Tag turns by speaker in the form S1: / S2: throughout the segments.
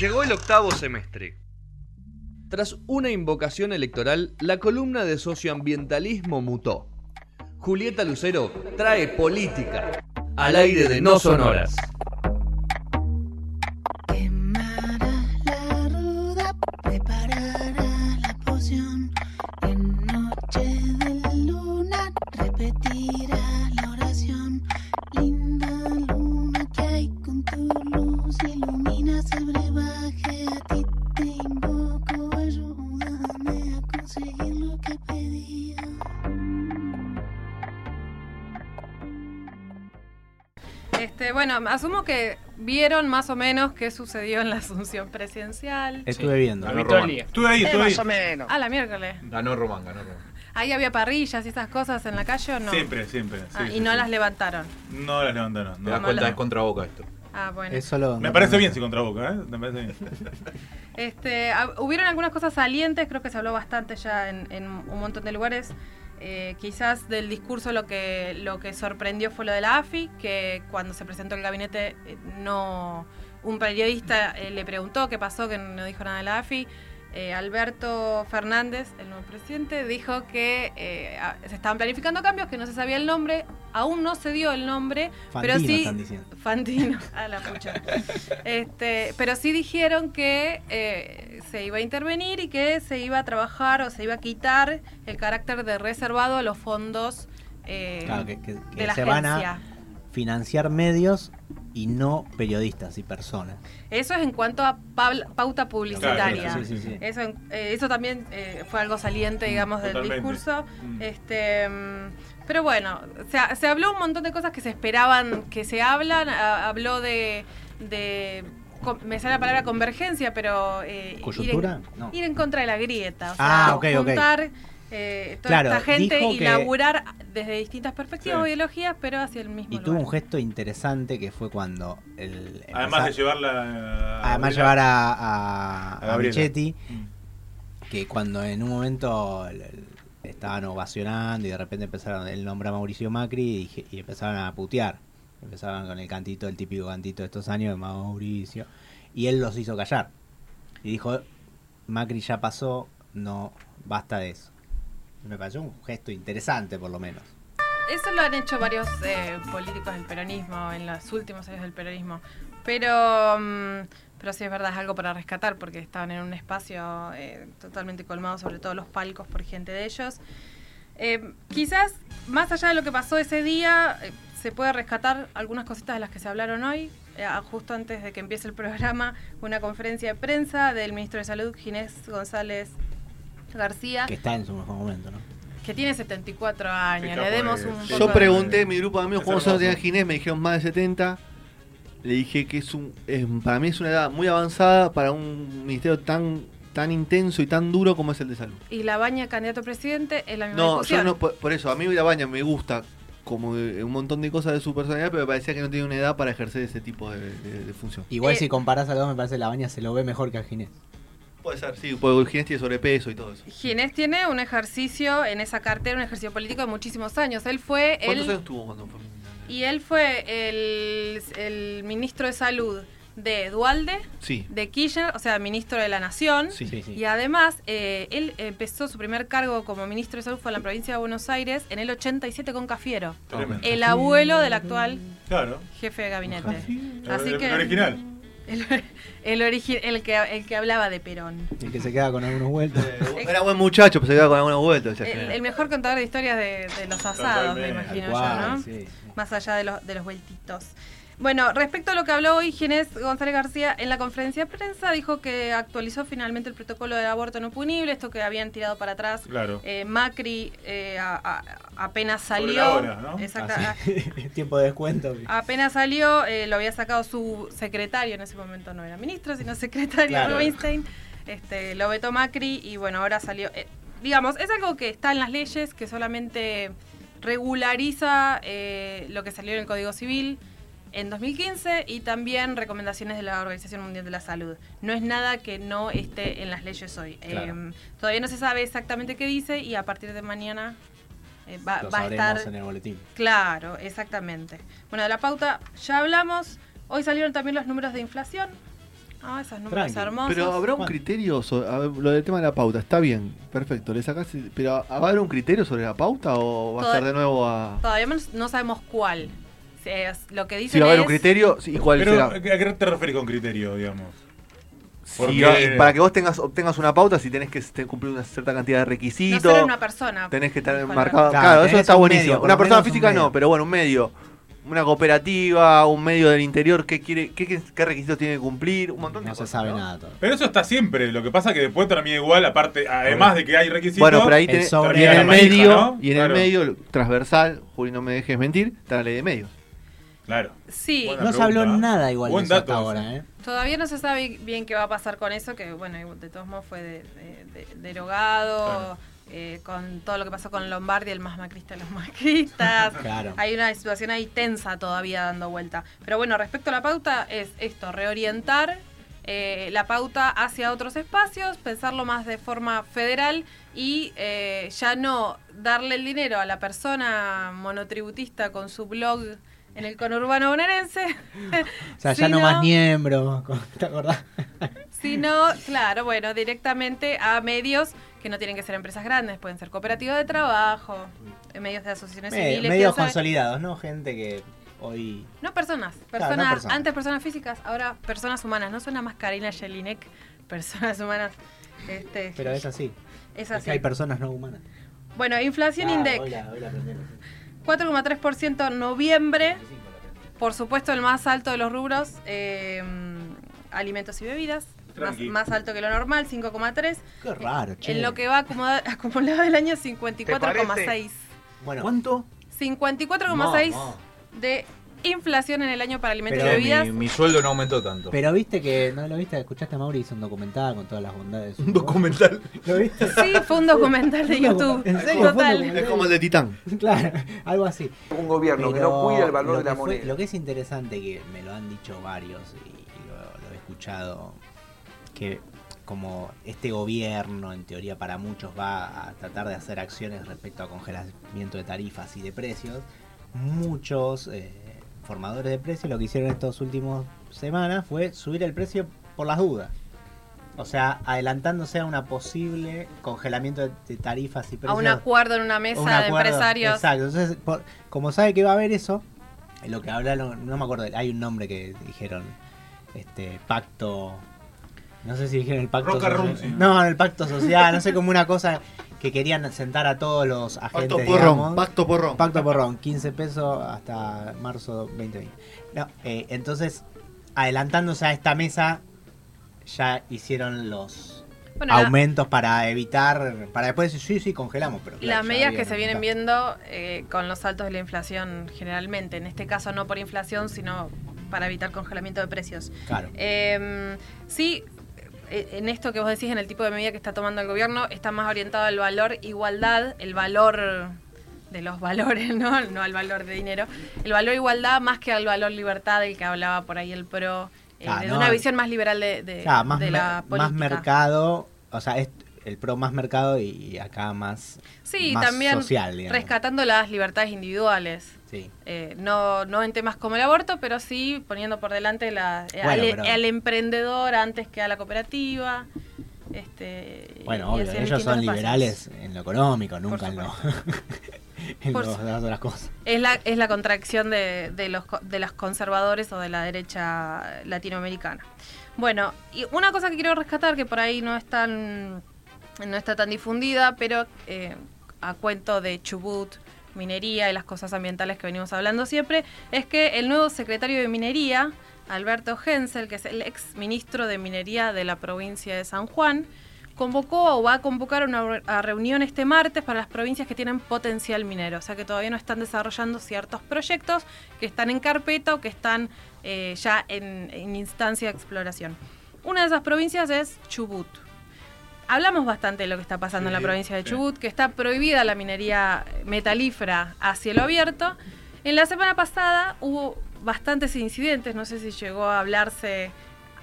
S1: Llegó el octavo semestre. Tras una invocación electoral, la columna de socioambientalismo mutó. Julieta Lucero trae política al aire de No Sonoras.
S2: Quemará la ruda, preparará la poción. En noche de luna repetirá la oración. Linda luna que hay con tu luz iluminas el brebaje. A ti te invoco, ayúdame a conseguir lo que pedía.
S3: Este, bueno, asumo que vieron más o menos qué sucedió en la asunción presidencial.
S4: Eh,
S5: Estuve viendo.
S6: Ganó Román.
S4: Estuve ahí,
S7: Eh,
S4: estuve ahí.
S7: más o menos.
S3: Ah, la miércoles.
S6: Ganó Román, ganó Román.
S3: Ahí había parrillas y esas cosas en la calle o no.
S4: Siempre, siempre.
S3: Ah,
S4: sí,
S3: y
S4: sí,
S3: no
S4: sí.
S3: las levantaron.
S4: No las levanto, no.
S6: Te
S4: no.
S6: das
S3: Mala.
S6: cuenta, es contra boca esto.
S3: Ah, bueno.
S5: Es solo-
S4: Me parece bien si contra Boca, ¿eh? Me parece bien.
S3: Este, ah, hubieron algunas cosas salientes, creo que se habló bastante ya en, en un montón de lugares. Eh, quizás del discurso lo que, lo que sorprendió fue lo de la AFI, que cuando se presentó el gabinete eh, no un periodista eh, le preguntó qué pasó, que no dijo nada de la AFI. Eh, Alberto Fernández, el nuevo presidente, dijo que eh, a- se estaban planificando cambios, que no se sabía el nombre, aún no se dio el nombre,
S5: Fantino
S3: pero sí
S5: están diciendo.
S3: Fantino, a la pucha. Este, pero sí dijeron que eh, se iba a intervenir y que se iba a trabajar o se iba a quitar el carácter de reservado a los fondos eh,
S5: Claro, que, que- que
S3: de la
S5: se van
S3: agencia.
S5: a financiar medios y no periodistas y personas.
S3: Eso es en cuanto a pabl- pauta publicitaria.
S4: Claro,
S5: Sí, sí, sí.
S3: Eso, en- eh, eso también eh, fue algo saliente, digamos, del
S4: Totalmente.
S3: discurso.
S4: Mm.
S3: Este, mm, pero bueno, se, ha- se habló un montón de cosas que se esperaban que se hablan. A- habló de, de- co- me sale la palabra convergencia, pero eh,
S5: ¿Coyuntura?
S3: Ir, en,
S5: No.
S3: ir en contra de la grieta. O
S5: Ah,
S3: sea,
S5: ok, ok.
S3: juntar eh, toda
S5: Claro,
S3: esta gente
S5: dijo
S3: y
S5: que-
S3: laburar desde distintas perspectivas
S4: Sí.
S3: o ideologías, pero hacia el mismo
S5: Y
S3: lugar.
S5: tuvo un gesto interesante que fue cuando el
S4: Además de
S5: empezar-
S4: llevarla.
S5: además llevar a, a,
S4: A
S5: a
S4: Gabriela.
S5: Michetti,
S4: Mm,
S5: que cuando en un momento el- el- estaban ovacionando y de repente empezaron el nombre a Mauricio Macri y, dije- y empezaron a putear. Empezaban con el cantito, el típico cantito de estos años de Mauricio. Y él los hizo callar. Y dijo, Macri ya pasó, no, basta de eso. Me pareció un gesto interesante por lo menos.
S3: Eso lo han hecho varios eh, políticos del peronismo en los últimos años del peronismo. Pero, mm, pero sí es verdad, es algo para rescatar porque estaban en un espacio eh, totalmente colmado, sobre todo los palcos por gente de ellos. Eh, quizás, más allá de lo que pasó ese día, eh, se puede rescatar algunas cositas de las que se hablaron hoy. Eh, ah, justo antes de que empiece el programa, una conferencia de prensa del ministro de Salud, Ginés González García,
S5: Que está en su mejor momento, ¿no?
S3: que tiene 74 años.
S4: capo
S3: Le demos
S4: es.
S3: un
S4: Yo
S3: poco
S7: Yo
S3: de-
S7: pregunté a mi grupo de amigos
S4: Es
S7: cuántos años tenía
S4: hermoso.
S7: Ginés, me dijeron más de 70. Le dije que es un, es- para mí es una edad muy avanzada para un ministerio tan, tan intenso y tan duro como es el de salud.
S3: y la baña candidato a presidente es la misma
S7: No, yo
S3: discusión.
S7: no, por, por eso, a mí la baña me gusta como de- un montón de cosas de su personalidad, pero me parecía que no tenía una edad para ejercer ese tipo de, de- de función.
S5: Igual
S3: Eh,
S5: si comparás a los dos, me parece que la baña se lo ve mejor que a Ginés.
S7: Puede ser, sí, porque Ginés tiene sobrepeso y todo eso.
S3: Ginés tiene un ejercicio en esa cartera, un ejercicio político de muchísimos años. Él fue
S7: ¿Cuántos
S3: el
S7: años tuvo cuando fue?
S3: y él fue el, el ministro de salud de Dualde,
S7: Sí,
S3: de Kirchner, o sea, ministro de la Nación.
S7: sí.
S5: Sí, sí.
S3: Y además, eh, él empezó su primer cargo como ministro de salud fue en la provincia de Buenos Aires en el 87 con Cafiero,
S4: Tremendo.
S3: el abuelo del actual
S4: Claro.
S3: jefe de gabinete.
S4: El-
S3: Eh, Así
S4: el,
S3: que-
S4: original.
S3: El, el, origi- el que, el que hablaba de Perón.
S5: El que se queda con algunos vueltos.
S7: Era buen muchacho, pero se quedaba con alguna vuelta. decía
S3: El,
S7: Ginés.
S3: el mejor contador de historias de, de los asados, me
S4: Totalmente.
S3: imagino
S5: Tal
S3: yo,
S5: cual,
S3: ¿no?
S5: sí, sí.
S3: Más allá de los, de los vueltitos. Bueno, respecto a lo que habló hoy Ginés González García en la conferencia de prensa, dijo que actualizó finalmente el protocolo del aborto no punible, esto que habían tirado para atrás.
S4: Claro.
S3: Eh, Macri eh, a- a- apenas
S4: Sobre
S3: salió.
S4: la hora, ¿no?
S3: Exacta- ah.
S5: Tiempo de descuento.
S3: Apenas salió, eh, lo había sacado su secretario, en ese momento no era ministro, sino secretario
S5: Claro.
S3: Rubinstein, este, lo vetó Macri y bueno, ahora salió. eh, digamos, es algo que está en las leyes, que solamente regulariza eh, lo que salió en el Código Civil en 2015 y también recomendaciones de la Organización Mundial de la Salud. No es nada que no esté en las leyes hoy. Em,
S5: Claro.
S3: Eh, todavía no se sabe exactamente qué dice y a partir de mañana eh, va,
S5: Lo
S3: va a
S5: sabremos
S3: estar...
S5: en el boletín.
S3: Claro, exactamente. Bueno, de la pauta ya hablamos. Hoy salieron también los números de inflación. Ah, esos números
S5: Tranqui.
S3: hermosos.
S7: Pero habrá un
S5: Bueno.
S7: criterio, so- a ver, lo del tema de la pauta, está bien, perfecto, le sacás, pero ¿va a haber un criterio sobre la pauta o va a
S3: Toda-
S7: estar de nuevo a...
S3: Todavía no- no sabemos cuál. Se- Lo que dicen
S7: Si va a haber
S3: es-
S7: un criterio, sí, ¿y cuál
S4: Pero,
S5: eh,
S7: será?
S4: ¿a qué- ¿a qué te referís con criterio, digamos?
S7: Si
S4: porque-
S7: va- para que vos tengas, obtengas una pauta, si tenés que este, cumplir una cierta cantidad de
S3: no
S7: requisitos,
S3: solo una persona.
S7: tenés que estar
S3: Disculpa.
S7: marcado. Claro,
S5: Claro,
S7: eso
S5: tenés
S7: está
S5: un
S7: buenísimo.
S5: medio, por
S7: una
S5: lo
S7: persona
S5: menos un
S7: física no,
S5: medio.
S7: pero bueno, un medio. Una cooperativa, un medio del interior, ¿qué, quiere, qué, qué- qué requisitos tiene que cumplir? Un montón de
S5: No se
S7: cosas,
S5: sabe
S7: ¿no?
S5: nada todo.
S4: Pero eso está siempre. Lo que pasa es que después termina igual, aparte, además de que hay requisitos.
S7: Bueno, pero ahí
S5: El
S7: tenés,
S5: sobre
S7: y en
S5: la
S7: el
S4: manija,
S7: medio,
S4: ¿no?
S7: y en
S4: Claro.
S7: el medio, lo- transversal, Juli, no me dejes mentir, está la ley de medios.
S4: Claro.
S3: Sí,
S4: Buena
S5: No se habló
S4: pregunta. ¿eh?
S5: nada igual de
S4: Buen
S5: eso hasta
S4: dato
S5: ahora,
S4: ese.
S5: ¿eh?
S3: todavía no se sabe bien qué va a pasar con eso, que bueno, de todos modos fue de- de- de- derogado.
S4: Claro.
S3: eh, con todo lo que pasó con Lombardi, el más macrista de los macristas.
S5: Claro.
S3: Hay una situación ahí tensa todavía dando vuelta. Pero bueno, respecto a la pauta, es esto, reorientar eh, la pauta hacia otros espacios, pensarlo más de forma federal y eh, ya no darle el dinero a la persona monotributista con su blog en el conurbano bonaerense.
S5: O sea, ya no más
S3: nieve
S5: miembros, ¿te acordás?
S3: sino, claro, bueno, directamente a medios que no tienen que ser empresas grandes, pueden ser cooperativas de trabajo, eh, medios de asociaciones
S5: Me-
S3: civiles.
S5: medios
S3: que no saben-
S5: consolidados, ¿no? Gente que hoy...
S3: no personas,
S5: Claro, no
S3: personas,
S5: personas.
S3: antes personas físicas, ahora personas humanas. No suena más Karina Jelinek, personas humanas. Este,
S5: Pero es así.
S3: es
S5: Es que
S3: así.
S5: hay personas no humanas.
S3: Bueno, inflación
S5: Ah,
S3: index.
S5: hoy la- hoy la aprendieron.
S3: 4,3% en noviembre. Por supuesto, el más alto de los rubros, eh, alimentos y bebidas. Más,
S4: Tranqui.
S3: más alto que lo normal, 5,3.
S5: Qué raro, che.
S3: En lo que va acumulado, acumulado el año,
S6: ¿Te
S3: 54,6.
S5: Bueno,
S7: ¿Cuánto?
S3: 54,6
S5: No,
S3: de inflación en el año para alimentos y
S5: Pero
S3: bebidas.
S6: Eh, Mi, mi sueldo no aumentó tanto.
S5: Pero viste que, ¿no lo viste? ¿Escuchaste a Mauri? Hizo un documental con todas las bondades.
S6: Un documental.
S5: ¿Lo viste?
S3: Sí, fue un documental de YouTube.
S5: ¿En serio? Fue un
S3: Total.
S5: documental.
S7: Es como el de Titán.
S5: Claro, algo así.
S8: Un gobierno que
S5: Pero
S8: no cuida el
S5: lo
S8: valor de
S5: que
S8: la
S5: fue-
S8: moneda.
S5: Lo que es interesante, que me lo han dicho varios y, y lo, lo he escuchado, que como este gobierno, en teoría para muchos, va a tratar de hacer acciones respecto a congelamiento de tarifas y de precios, muchos eh, formadores de precios lo que hicieron estos últimos semanas fue subir el precio por las dudas. O sea, adelantándose a una posible congelamiento de- de tarifas y
S3: A
S5: precios
S3: un acuerdo en una mesa
S5: un
S3: de
S5: acuerdo.
S3: empresarios.
S5: Exacto. Entonces, por- como sabe que va a haber eso, en lo que hablaron, no me acuerdo, hay un nombre que dijeron, este, pacto. No sé si dijeron el pacto
S4: Roca
S5: social.
S4: Runzi.
S5: No, el pacto social, no sé, como una cosa que querían sentar a todos los agentes.
S7: Pacto porrón,
S5: digamos.
S7: pacto porrón.
S5: Pacto porrón, 15 pesos hasta marzo 2020. No, eh, entonces, adelantándose a esta mesa, ya hicieron los
S3: Bueno, la-
S5: aumentos para evitar, para después decir, sí, sí, congelamos. Pero claro,
S3: las
S5: ya
S3: medidas que
S5: habían
S3: se vienen
S5: aumentado.
S3: viendo eh, con los saltos de la inflación generalmente, en este caso no por inflación, sino para evitar congelamiento de precios.
S5: Claro.
S3: Eh, sí, eh, en esto que vos decís, en el tipo de medida que está tomando el gobierno, está más orientado al valor igualdad, el valor de los valores, ¿no? No al valor de dinero. El valor igualdad más que al valor libertad del que hablaba por ahí el PRO, eh,
S5: Ah,
S3: de
S5: no.
S3: una visión más liberal de, de-
S5: O sea, más,
S3: Eh, de la
S5: mer- más
S3: política.
S5: mercado, o sea, es el pro más mercado y, y acá más,
S3: Sí,
S5: más
S3: también
S5: social, digamos.
S3: rescatando las libertades individuales.
S5: Sí.
S3: Eh, no, no en temas como el aborto, pero sí poniendo por delante la, eh,
S5: Bueno,
S3: al,
S5: pero-
S3: al emprendedor antes que a la cooperativa. Este, y-
S5: Bueno,
S3: y
S5: obvio,
S3: así en
S5: ellos son
S3: distintos espacios.
S5: liberales en lo económico, nunca en lo... en
S3: Por
S5: los-
S3: supuesto.
S5: las otras cosas.
S3: Es la, es la contracción de, de los, co- de los conservadores o de la derecha latinoamericana. Bueno, y una cosa que quiero rescatar, que por ahí no es tan, no está tan difundida, pero eh, a cuento de Chubut, minería y las cosas ambientales que venimos hablando siempre, es que el nuevo secretario de minería, Alberto Hensel, que es el ex ministro de minería de la provincia de San Juan, convocó o va a convocar una re- a reunión este martes para las provincias que tienen potencial minero, o sea que todavía no están desarrollando ciertos proyectos que están en carpeta o que están eh, ya en, en instancia de exploración. Una de esas provincias es Chubut. Hablamos bastante de lo que está pasando en la
S4: Sí,
S3: provincia de
S4: sí.
S3: Chubut, que está prohibida la minería metalífera a cielo abierto. En la semana pasada hubo bastantes incidentes, no sé si llegó a hablarse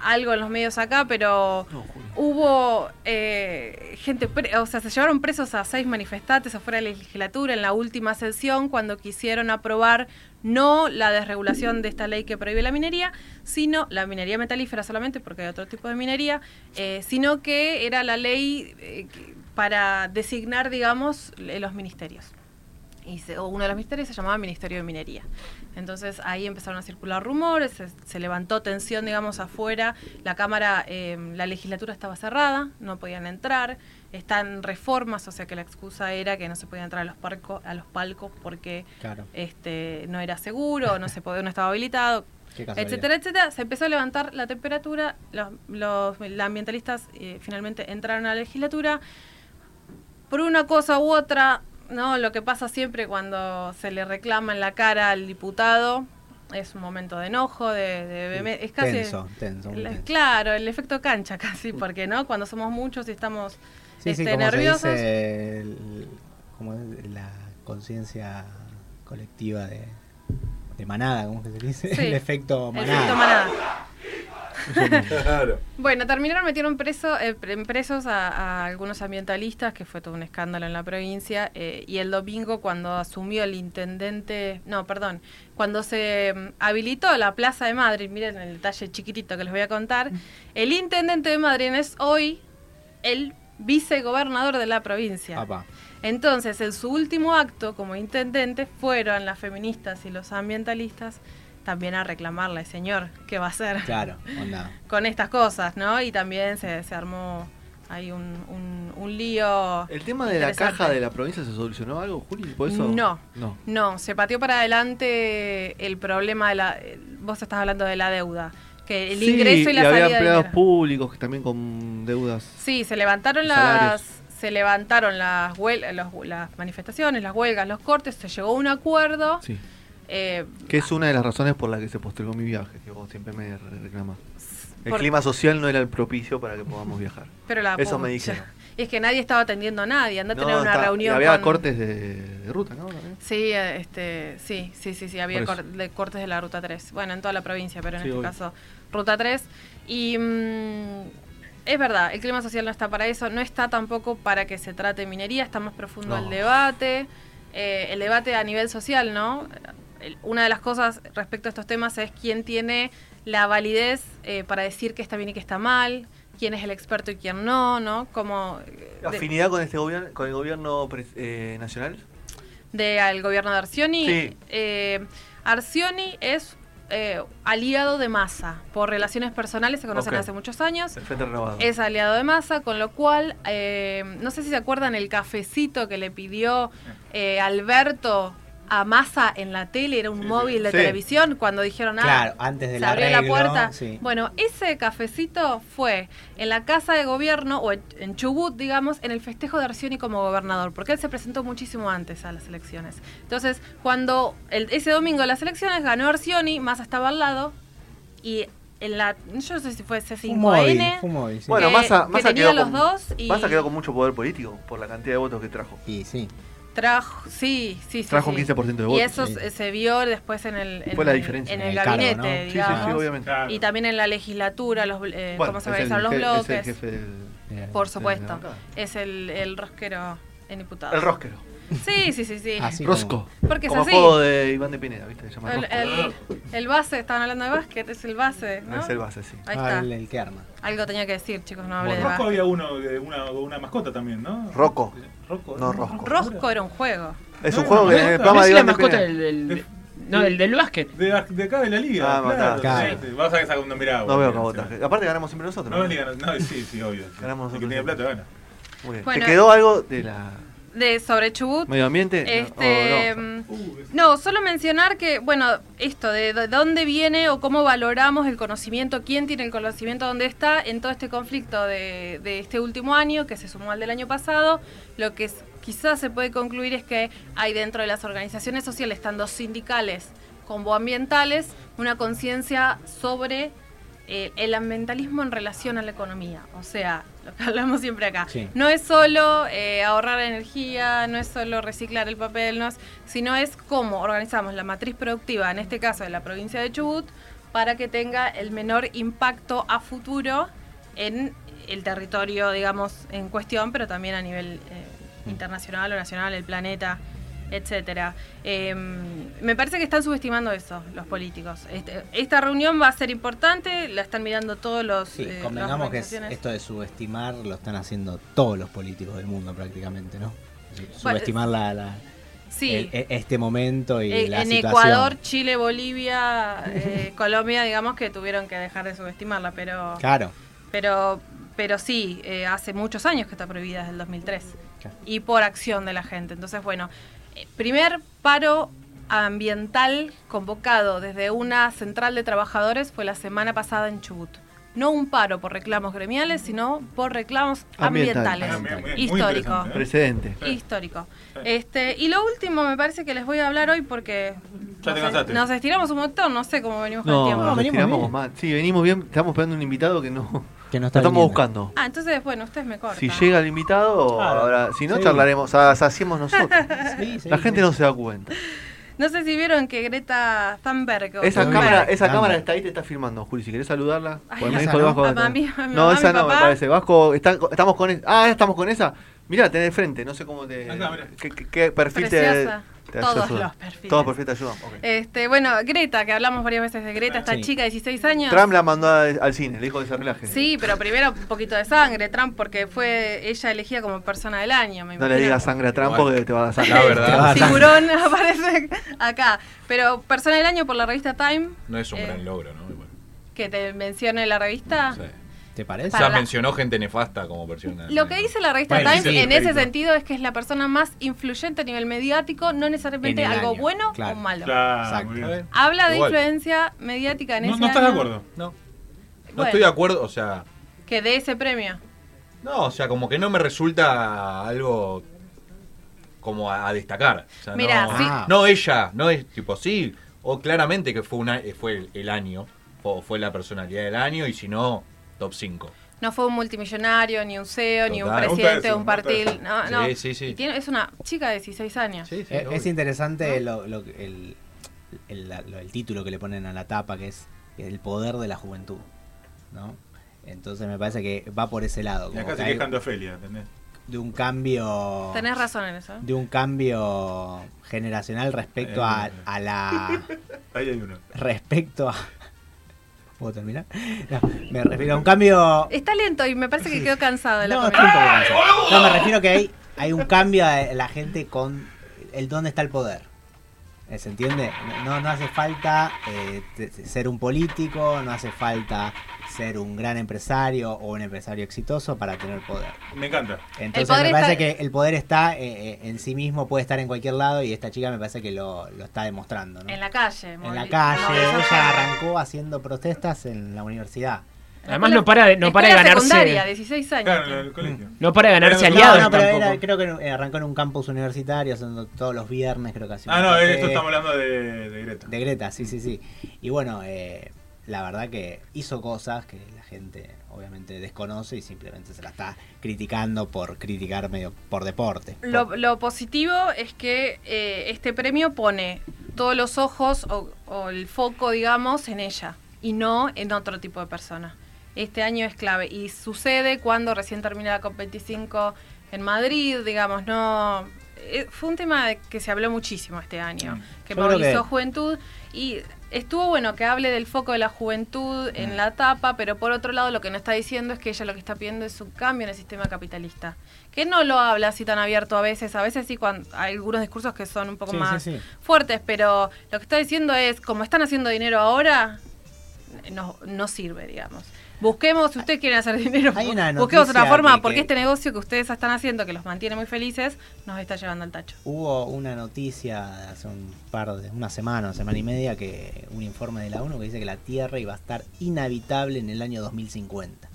S3: algo en los medios acá, pero hubo eh, gente, pre- o sea, se llevaron presos a seis manifestantes afuera de la legislatura en la última sesión cuando quisieron aprobar no la desregulación de esta ley que prohíbe la minería, sino la minería metalífera solamente, porque hay otro tipo de minería, eh, sino que era la ley eh, que- para designar, digamos, le- los ministerios. Y se- o uno de los ministerios se llamaba Ministerio de Minería. Entonces ahí empezaron a circular rumores, se, se levantó tensión, digamos, afuera. La Cámara, eh, la legislatura estaba cerrada, no podían entrar. Están reformas, o sea que la excusa era que no se podía entrar a los, parco- a los palcos porque
S5: Claro.
S3: este, no era seguro, no se podía, no estaba habilitado,
S5: Qué casualidad.
S3: etcétera, etcétera. Se empezó a levantar la temperatura, los, los- los ambientalistas eh, finalmente entraron a la legislatura. Por una cosa u otra, no lo que pasa siempre cuando se le reclama en la cara al diputado, es un momento de enojo, de, de veheme- es casi
S5: Tenso, tenso. muy
S3: la-
S5: tenso.
S3: claro, el efecto cancha casi, porque no, cuando somos muchos y estamos
S5: Sí, sí,
S3: este,
S5: como
S3: nerviosos.
S5: se dice, el- como es la conciencia colectiva de, de manada, ¿cómo que se dice?
S3: Sí.
S5: El efecto
S3: El
S5: manada.
S3: efecto manada.
S6: Claro.
S3: Bueno, terminaron, metieron preso, eh, pre- presos a, a algunos ambientalistas, que fue todo un escándalo en la provincia, eh, y el domingo cuando asumió el intendente, no, perdón, cuando se mm, habilitó la Plaza de Madrid, miren el detalle chiquitito que les voy a contar, el intendente de Madrid es hoy el vicegobernador de la provincia.
S5: Papá.
S3: Entonces, en su último acto como intendente fueron las feministas y los ambientalistas también a reclamarle, señor, ¿qué va a hacer?
S5: Claro, onda.
S3: con estas cosas, ¿no? Y también se, se armó ahí un, un, un lío.
S7: ¿El tema de la
S3: Interesante.
S7: caja de la provincia se solucionó algo, Juli? ¿Por eso?
S3: No.
S7: No.
S3: No, se pateó para adelante el problema de la... eh, Vos estás hablando de la deuda, que el
S7: Sí,
S3: ingreso y la
S7: había
S3: salida de
S7: empleados
S3: dinero.
S7: públicos que también con deudas.
S3: Sí, se levantaron
S7: Y
S3: las
S7: salarios.
S3: se levantaron las, huel- los- las manifestaciones, las huelgas, los cortes, se llegó a un acuerdo.
S7: Sí.
S3: eh,
S7: Que es una de las razones por las que se postergó mi viaje, que vos siempre me re- reclamás. El
S3: por-
S7: clima social no era el propicio para que podamos viajar.
S3: pero la
S7: Eso me
S3: pucha.
S7: dijeron.
S3: Y es que nadie estaba atendiendo a nadie, anda a tener
S7: No,
S3: una
S7: está-
S3: reunión.
S7: y había
S3: con-
S7: cortes de, de ruta, ¿no? También.
S3: Sí, eh, este, sí, sí, sí, sí, había
S7: Por
S3: cor- de cortes de la Ruta 3. Bueno, en toda la provincia, pero en
S7: Sí,
S3: este
S7: obvio.
S3: caso, Ruta 3. Y mm, es verdad, el clima social no está para eso, no está tampoco para que se trate minería, está más profundo
S7: No.
S3: el debate, eh, el debate a nivel social, ¿no? El- Una de las cosas respecto a estos temas es quién tiene la validez eh, para decir que está bien y que está mal, quién es el experto y quién no, ¿no? Como eh, de-
S7: ¿Afinidad con este gobierno, con el gobierno pre- eh, nacional?
S3: de al gobierno de Arcioni.
S7: Sí.
S3: Eh, Arcioni es eh, aliado de Massa. Por relaciones personales se conocen
S7: Ok.
S3: hace muchos años.
S7: El Frente Renovado.
S3: Es aliado de Massa, con lo cual, eh, no sé si se acuerdan el cafecito que le pidió eh, Alberto a Massa en la tele, era un móvil de
S7: Sí.
S3: televisión, cuando dijeron, ah,
S5: Claro, antes de
S3: se
S5: la
S3: abrió la puerta. Bueno, ese cafecito fue en la casa de gobierno, o en- en Chubut, digamos, en el festejo de Arcioni como gobernador, porque él se presentó muchísimo antes a las elecciones. Entonces, cuando el- ese domingo de las elecciones ganó Arcioni, Massa estaba al lado, y en la, yo no sé si fue
S5: un móvil,
S3: C5N,
S5: fue un móvil, sí.
S7: Bueno,
S3: que-
S7: Massa,
S3: que
S7: Massa
S3: tenía
S7: quedó
S3: los
S7: con,
S3: dos y-
S7: Massa quedó con mucho poder político por la cantidad de votos que trajo.
S5: Y sí,
S3: trajo, sí, sí, sí.
S7: Trajo
S3: sí.
S7: un 15% de votos.
S3: Y eso
S5: sí.
S3: se- se vio después en el, en
S7: Fue la
S3: el-
S7: diferencia.
S3: en
S5: En
S3: el
S5: el cargo,
S3: gabinete,
S5: ¿no? Sí, sí,
S7: sí,
S3: digamos. eh,
S7: sí, obviamente.
S4: Claro.
S3: Y también en la legislatura, los, bl- eh,
S7: Bueno,
S3: cómo se
S7: es el
S3: organizan los
S7: je- es el
S3: bloques.
S7: jefe del-
S5: eh,
S3: Por
S7: Sí,
S3: supuesto.
S7: acá.
S3: Es el, el rosquero en diputado.
S7: El rosquero.
S3: Sí, sí, sí, sí.
S5: así
S7: Rosco.
S5: como-
S3: Porque es
S7: Como
S3: así.
S7: juego de Iván de Pineda, ¿viste? Se llama
S3: El,
S7: Rosco.
S3: el- el base, estaban hablando de básquet, es el base, ¿no?
S7: Es el base, sí.
S3: Ahí
S5: Ah,
S3: está.
S5: el, el que arma.
S3: Algo tenía que decir, chicos, no hablé
S4: En
S3: de
S4: Rosco
S3: básquet.
S4: había uno, de una, una mascota también, ¿no?
S7: Rocco.
S4: Rocco,
S7: No,
S4: ¿era
S7: Rosco.
S4: una
S3: Rosco
S4: mascota?
S3: era un juego.
S7: Es
S4: No,
S7: un juego
S4: no,
S7: que
S4: no,
S7: en el
S4: no,
S7: programa
S8: es
S7: de
S8: la
S7: Iván de
S8: mascota
S7: Pineda.
S8: del, del- no, del, del básquet.
S4: De, de acá de la liga.
S7: Ah,
S4: claro.
S5: claro.
S4: sí, sí. Vas a esa cuando mirá.
S7: No veo
S4: boludo, sí.
S7: cabotaje. Aparte ganamos siempre nosotros.
S4: No es liga, no, no, sí, sí, obvio. sí.
S7: Ganamos
S4: El que
S7: nosotros
S4: tenía plata, gana.
S7: Muy bien.
S3: Bueno.
S7: ¿Te quedó algo de la
S3: De sobre Chubut.
S7: medio ambiente? No,
S3: Este,
S7: o no.
S3: mm,
S4: Uh, es-
S3: No, solo mencionar que, bueno, esto de de dónde viene o cómo valoramos el conocimiento, quién tiene el conocimiento, dónde está, en todo este conflicto de, de este último año, que se sumó al del año pasado, lo que es- quizás se puede concluir es que hay dentro de las organizaciones sociales, tanto sindicales como ambientales, una conciencia sobre eh, el ambientalismo en relación a la economía. O sea, lo que hablamos siempre acá.
S5: Sí.
S3: No es solo eh, ahorrar energía, no es solo reciclar el papel, no es- sino es cómo organizamos la matriz productiva, en este caso de la provincia de Chubut, para que tenga el menor impacto a futuro en el territorio, digamos, en cuestión, pero también a nivel eh,
S5: Mm.
S3: internacional o nacional, el planeta, etcétera. Eh, me parece que están subestimando eso los políticos. Este- esta reunión va a ser importante, la están mirando todos los.
S5: Sí,
S3: eh, las
S5: convengamos que es-
S3: organizaciones.
S5: esto de subestimar lo están haciendo todos los políticos del mundo prácticamente, ¿no? Subestimar la, la-
S3: Sí.
S5: el- e- este momento y
S3: Eh,
S5: la
S3: en
S5: situación.
S3: Ecuador, Chile, Bolivia, eh, Colombia, digamos que tuvieron que dejar de subestimarla, pero
S5: Claro.
S3: pero pero sí, eh, hace muchos años que está prohibida desde el 2003
S5: Claro.
S3: y por acción de la gente. Entonces, bueno, eh, primer paro ambiental convocado desde una central de trabajadores fue la semana pasada en Chubut. No un paro por reclamos gremiales, sino por reclamos ambientales.
S7: Ambiental. Ah,
S4: muy- muy
S3: Histórico.
S4: interesante, ¿eh?
S7: Precedente.
S3: Histórico. Este, y lo último me parece que les voy a hablar hoy porque
S4: Ya te
S3: nos,
S4: cansaste.
S3: nos estiramos un montón, no sé cómo venimos con el
S7: No,
S3: tiempo. Ah,
S7: nos
S5: venimos
S7: estiramos
S5: bien.
S7: más. Sí, venimos bien. Estamos esperando un invitado que no.
S5: Que no
S7: lo
S5: está
S7: estamos
S5: viniendo.
S7: buscando.
S3: Ah, entonces bueno, ustedes me cortan.
S7: Si llega el invitado,
S5: Claro.
S7: ahora, si no,
S5: Sí.
S7: charlaremos. ah, Hacemos nosotros.
S5: Sí, sí,
S7: La
S5: sí.
S7: gente no se da cuenta.
S3: No sé si vieron que Greta Thunberg... o
S7: Esa
S5: Lo
S3: Thunberg-
S5: veo.
S7: cámara, esa
S5: Anda.
S7: cámara está ahí, te está filmando, Juli. Si querés saludarla,
S3: Ay,
S7: porque
S5: esa
S7: me dijo el
S5: no.
S7: Vasco.
S3: A mami, a mi
S7: no,
S3: mamá,
S7: esa
S3: mi
S7: no, me
S3: papá.
S7: parece. Vasco, está- estamos con. e- Ah, estamos con esa. Mirá, tenés de frente, no sé cómo te.
S4: Anda, mirá.
S7: qué, qué- qué perfil te-
S3: Preciosa.
S7: te.
S3: Todos
S7: ayuda.
S3: los perfiles.
S7: Todos perfil te ayudan. ok.
S3: Este, bueno, Greta, que hablamos varias veces de Greta, esta
S5: Ah, Sí.
S3: chica de 16 años.
S7: Trump la mandó a- al cine, le dijo que se relaje.
S3: Sí, pero primero un poquito de sangre, Trump, porque fue ella elegida como persona del año. Me
S7: No le
S3: imagino.
S7: digas sangre a Trump
S4: Igual.
S7: porque te va a dar sangre.
S6: La
S5: Te
S6: verdad,
S5: vas.
S3: Tiburón aparece acá. Pero persona del año por la revista Time,
S6: no es un
S3: Eh.
S6: gran logro, ¿no? Igual,
S3: que te mencione la revista.
S6: no sé.
S5: ¿Te
S6: O
S5: parece?
S6: sea,
S3: Para la-
S6: mencionó gente nefasta como persona.
S3: Lo que dice la revista
S5: Bueno,
S3: Time
S5: sí,
S3: en
S4: mérito.
S3: ese sentido es que es la persona más influyente a nivel mediático, no necesariamente
S5: En el
S3: algo
S5: año,
S3: bueno
S5: claro.
S3: o malo.
S4: Claro,
S5: Exacto.
S4: muy bien.
S3: Habla de
S6: Igual.
S3: influencia mediática en
S4: No,
S3: ese
S4: no estás de
S3: año,
S4: acuerdo.
S6: No, no
S3: Bueno.
S6: estoy de acuerdo, o sea,
S3: Que de ese premio.
S6: no, o sea, como que no me resulta algo como a, a destacar. O sea,
S3: Mirá,
S6: no, Ah.
S3: sí.
S8: Ah.
S6: no ella, no es tipo sí, o claramente que fue una fue el, el año o fue la personalidad del año y si no top 5.
S3: No fue un multimillonario, ni un CEO, ni un
S6: Total. Me
S4: gusta
S3: presidente de
S4: eso,
S3: un
S4: me gusta
S3: partido.
S4: eso.
S3: No, no.
S6: Sí, sí, sí.
S3: Y tiene- es una chica de 16 años.
S6: Sí, sí,
S5: Eh, Es
S6: obvio. Ah.
S5: interesante lo, lo que- el, el- la- lo- el título que le ponen a la tapa, que es el poder de la juventud, ¿no? Entonces me parece que va por ese
S3: Oh,
S5: lado,
S4: Y
S5: como
S4: acá
S5: que
S4: se
S5: hay
S4: quejan de Ofelia, ¿entendés?
S5: de un cambio,
S3: Tenés razón en eso. ¿eh?
S5: de un cambio generacional respecto
S6: Eh.
S5: a, a la,
S4: Ahí hay uno.
S5: respecto a, ¿puedo terminar? No, me refiero a un cambio
S3: Está lento y me parece que quedó cansado de la
S5: No,
S3: comida.
S5: estoy un poco cansado. No, me refiero que hay, hay un cambio de la gente con el dónde está el poder. Eh, ¿Se entiende? No, no hace falta eh, te- ser un político, no hace falta ser un gran empresario o un empresario exitoso para tener poder.
S4: Me encanta.
S5: Entonces
S3: poder
S5: me parece
S3: está-
S5: que el poder está eh, eh, en sí mismo, puede estar en cualquier lado y esta chica me parece que lo, lo está demostrando. ¿no?
S3: En la calle.
S5: En la
S3: movili-
S5: calle,
S3: movilizando.
S5: ella arrancó haciendo protestas en la universidad.
S8: Además no para de, no para de
S3: Escuela
S8: ganarse
S3: secundaria, 16
S4: Claro, en
S3: años.
S4: el colegio.
S8: no para de ganarse
S4: No,
S8: aliados
S5: No, no, pero
S8: tampoco.
S5: era- creo que en- eh, arrancó en un campus universitario, haciendo todos los viernes, creo que hacía
S4: Ah,
S5: un
S4: no,
S5: café
S4: esto estamos hablando de, de Greta.
S5: De Greta, sí, sí, sí. Y bueno, eh, la verdad que hizo cosas que la gente obviamente desconoce y simplemente se la está criticando por criticar medio por deporte.
S3: Lo, lo positivo es que eh, este premio pone todos los ojos o, o el foco, digamos, en ella y no en otro tipo de persona. Este año es clave y sucede cuando recién termina la COP25 en Madrid, digamos, no... eh, Fue un tema de que se habló muchísimo este año, que
S5: Yo creo
S3: movilizó
S5: que-
S3: juventud y estuvo bueno que hable del foco de la juventud
S5: Mm.
S3: en la tapa, pero por otro lado lo que no está diciendo es que ella lo que está pidiendo es un cambio en el sistema capitalista, que no lo habla así tan abierto a veces, a veces sí cuando hay algunos discursos que son un poco
S5: Sí, sí,
S3: más
S5: sí.
S3: fuertes, pero lo que está diciendo es, como están haciendo dinero ahora, no, no sirve, digamos. Busquemos, si ustedes quieren hacer dinero,
S5: Hay una
S3: busquemos
S5: noticia
S3: una forma,
S5: que-
S3: porque
S5: que-
S3: este negocio que ustedes están haciendo, que los mantiene muy felices, nos está llevando al tacho.
S5: Hubo una noticia hace un par de, una semana, una semana y media, que un informe de la ONU que dice que la Tierra iba a estar inhabitable en el año 2050.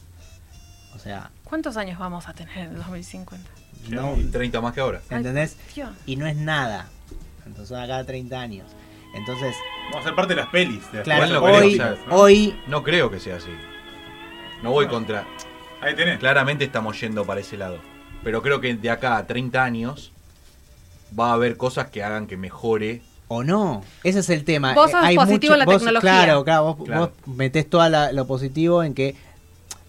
S5: O sea,
S3: ¿Cuántos años vamos a tener en 2050?
S5: no,
S6: Y 30 más que ahora.
S5: ¿entendés?
S3: Dios.
S5: y no es nada. Entonces son acá 30 años. Entonces,
S4: Vamos a ser parte de las pelis. de las
S5: claro,
S6: Igual no creo,
S5: hoy,
S6: o sea,
S4: ¿no?
S5: hoy
S6: No creo que sea así. No voy contra.
S4: Ahí tenés.
S6: Claramente estamos yendo para ese lado. Pero creo que de acá a 30 años va a haber cosas que hagan que mejore
S5: o no. Ese es el tema.
S3: Vos
S5: Eh,
S3: sos positivo en la
S5: vos-
S3: tecnología.
S5: Claro, claro. Vos,
S6: Claro.
S5: vos metés todo lo positivo en que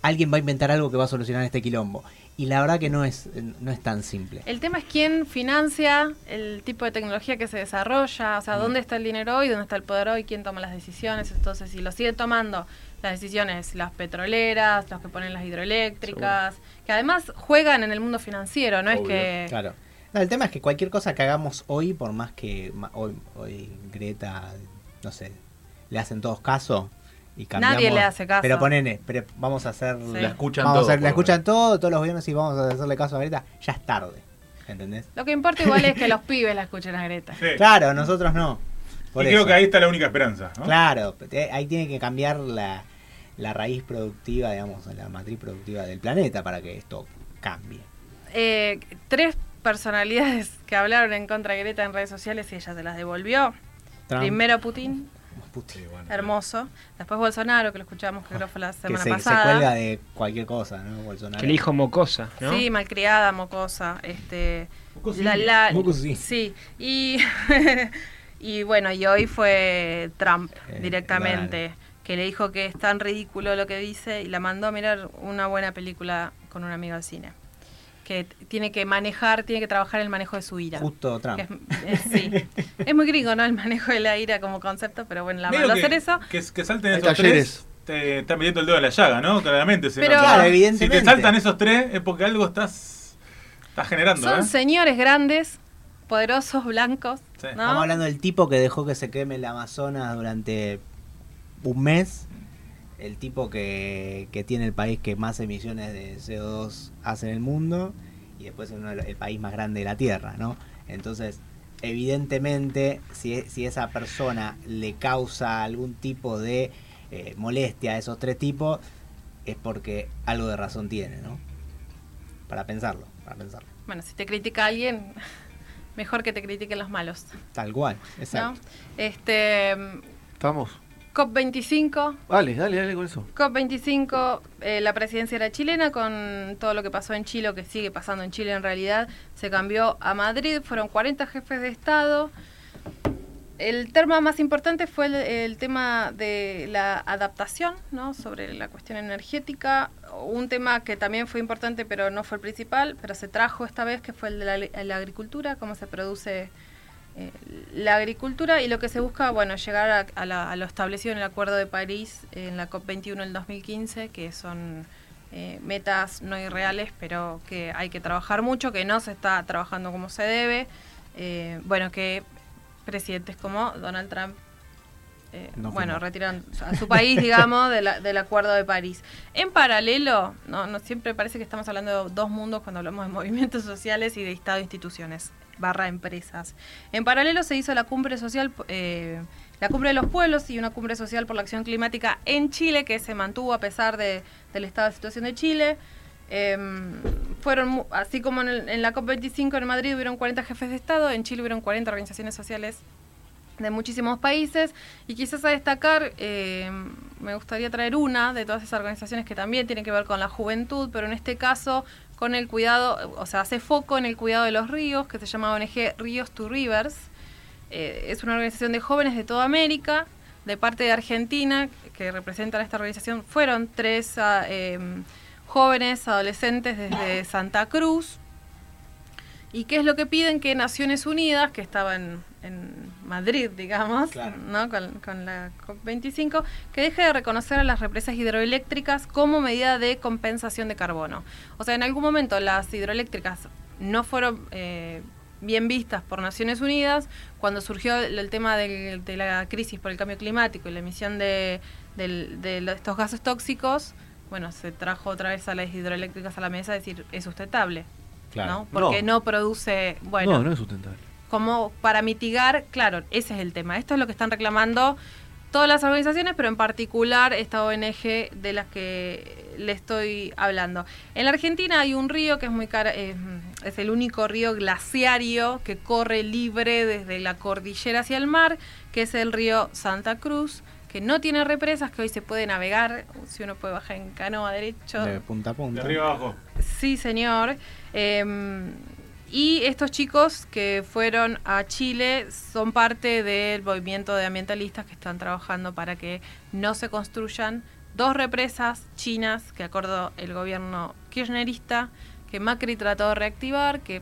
S5: alguien va a inventar algo que va a solucionar este quilombo. Y la verdad que no es, no es tan simple.
S3: El tema es quién financia el tipo de tecnología que se desarrolla, o sea, dónde está el dinero hoy, dónde está el poder hoy, quién toma las decisiones. Entonces, si lo siguen tomando las decisiones las petroleras, los que ponen las hidroeléctricas, que además juegan en el mundo financiero, no es
S6: Obvio,
S3: que...
S5: Claro. No, el tema es que cualquier cosa que hagamos hoy, por más que ma- hoy, hoy Greta, no sé, le hacen todos caso y cambiamos.
S3: Nadie le hace caso.
S5: Pero ponen, pero vamos a hacer.
S6: La escuchan
S5: vamos a
S6: todos,
S5: hacer- la
S6: por lo
S5: escuchan todo, todos los gobiernos y vamos a hacerle caso a Greta. Ya es tarde. ¿Entendés?
S3: Lo que importa igual es que los pibes la escuchen a Greta.
S4: Sí.
S5: Claro, nosotros no.
S4: Y
S5: Por
S4: creo
S5: eso.
S4: que ahí está la única esperanza. ¿no?
S5: Claro, eh, ahí tiene que cambiar la, la raíz productiva, digamos, la matriz productiva del planeta para que esto cambie.
S3: Eh, tres personalidades que hablaron en contra de Greta en redes sociales y ella se las devolvió.
S5: Trump,
S3: Primero Putin,
S5: Putin,
S6: Sí, bueno.
S3: hermoso. Después Bolsonaro, que lo escuchamos que creo fue la
S5: Ah, que
S3: semana
S5: se, se
S3: pasada.
S5: cuelga de cualquier cosa, ¿no? Bolsonaro.
S8: Que le dijo mocosa, ¿no?
S3: Sí, malcriada, mocosa, este
S5: Mocosín.
S3: la, la-
S5: Mocosín.
S3: sí, y y bueno, y hoy fue Trump
S5: Eh,
S3: directamente que le dijo que es tan ridículo lo que dice y la mandó a mirar una buena película con un amigo al cine. Que t- tiene que manejar, tiene que trabajar el manejo de su ira.
S5: Justo Trump.
S3: Que es, eh, sí. es muy gringo, ¿no? El manejo de la ira como concepto, pero bueno, la
S4: Medio
S3: mandó a
S4: que-
S3: hacer eso.
S4: Que, que salten
S7: Hay
S4: esos
S7: talleres.
S4: tres. Te están metiendo el dedo a la llaga, ¿no? Claramente. se
S3: Pero-
S4: nota.
S3: Claro,
S5: evidentemente.
S4: Si te saltan esos tres es porque algo estás, estás generando,
S3: Son
S4: ¿eh?
S3: señores grandes, poderosos, blancos,
S4: Sí.
S3: ¿no?
S5: Estamos hablando del tipo que dejó que se queme el Amazonas durante un mes. El tipo que, que tiene el país que más emisiones de CO2 hace en el mundo. Y después uno de los- el país más grande de la Tierra, ¿no? Entonces, evidentemente, si, e- si esa persona le causa algún tipo de eh, molestia a esos tres tipos, es porque algo de razón tiene, ¿no? Para pensarlo, para pensarlo.
S3: Bueno, si te critica alguien, mejor que te critiquen los malos,
S5: Tal cual,
S3: ¿no?
S5: exacto.
S3: Este mm,
S7: Estamos.
S3: COP25,
S7: Dale, dale, dale con eso.
S3: COP25, eh, la presidencia era chilena con todo lo que pasó en Chile, o que sigue pasando en Chile en realidad, se cambió a Madrid, fueron 40 jefes de Estado. El tema más importante fue el, el tema de la adaptación, ¿no? Sobre la cuestión energética, un tema que también fue importante pero no fue el principal, pero se trajo esta vez, que fue el de la, la agricultura, cómo se produce eh, la agricultura y lo que se busca, bueno, llegar a, a la- a lo establecido en el Acuerdo de París en la COP21 del 2015, que son eh, metas no irreales, pero que hay que trabajar mucho, que no se está trabajando como se debe. Eh, bueno, que presidentes como Donald Trump, eh,
S5: No
S3: bueno,
S5: firmó.
S3: retiran a su país, digamos, de la- del Acuerdo de París. En paralelo, no, no siempre parece que estamos hablando de dos mundos cuando hablamos de movimientos sociales y de Estado e instituciones barra empresas. En paralelo se hizo la cumbre social, eh, la cumbre de los pueblos y una cumbre social por la acción climática en Chile que se mantuvo a pesar de- del estado de situación de Chile. Em, fueron, mu- así como en, el- en la COP25 en Madrid hubieron 40 jefes de Estado, en Chile hubieron 40 organizaciones sociales de muchísimos países y quizás a destacar, eh, me gustaría traer una de todas esas organizaciones que también tiene que ver con la juventud, pero en este caso con el cuidado, o sea, hace foco en el cuidado de los ríos, que se llama ONG Ríos to Rivers. Eh, es una organización de jóvenes de toda América, de parte de Argentina, que representan a esta organización. Fueron tres ah, em, jóvenes, adolescentes desde Santa Cruz, ¿Y qué es lo que piden? Que Naciones Unidas, que estaba en, en Madrid, digamos,
S5: Claro.
S3: ¿no? con, con la COP25, que deje de reconocer a las represas hidroeléctricas como medida de compensación de carbono. O sea, en algún momento las hidroeléctricas no fueron eh, bien vistas por Naciones Unidas. Cuando surgió el, el tema del- de la crisis por el cambio climático y la emisión de, del- de lo- estos gases tóxicos, bueno, se trajo otra vez a las hidroeléctricas a la mesa a decir, es sustentable. ¿no? Porque no. produce, bueno,
S7: no, no es sustentable.
S3: como para mitigar, claro, ese es el tema. Esto es lo que están reclamando todas las organizaciones, pero en particular esta ONG de las que le estoy hablando. En la Argentina hay un río que es muy cara, eh, es el único río glaciario que corre libre desde la cordillera hacia el mar, que es el río Santa Cruz que no tiene represas, que hoy se puede navegar, si uno puede bajar en canoa derecho,
S5: De punta a punta.
S4: De arriba abajo.
S3: Sí, señor. Em, Y estos chicos que fueron a Chile son parte del movimiento de ambientalistas que están trabajando para que no se construyan dos represas chinas que acordó el gobierno kirchnerista, que Macri trató de reactivar, que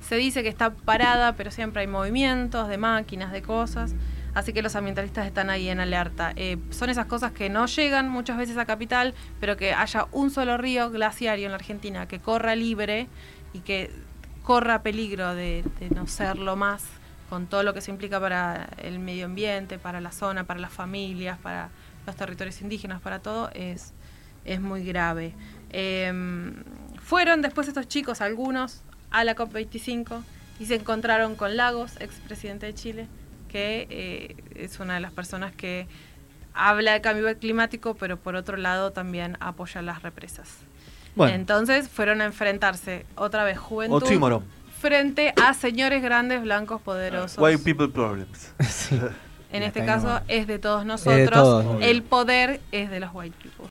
S3: se dice que está parada, pero siempre hay movimientos de máquinas, de cosas. Así que los ambientalistas están ahí en alerta. Eh, son esas cosas que no llegan muchas veces a capital, pero que haya un solo río glaciario en la Argentina que corra libre y que corra peligro de, de no serlo más, con todo lo que se implica para el medio ambiente, para la zona, para las familias, para los territorios indígenas, para todo, es, es muy grave. Eh, fueron después estos chicos, algunos, a la COP25 y se encontraron con Lagos, expresidente de Chile, que eh, es una de las personas que habla de cambio climático, pero por otro lado también apoya las represas.
S7: Bueno.
S3: Entonces fueron a enfrentarse otra vez juventud
S7: Oxímoron.
S3: frente a señores grandes, blancos, poderosos.
S7: White people problems.
S3: En
S5: Ya
S3: este
S5: está ahí
S3: caso
S5: nomás.
S3: es de todos
S5: de
S3: nosotros.
S5: todos, obvio.
S3: El poder es de los white people.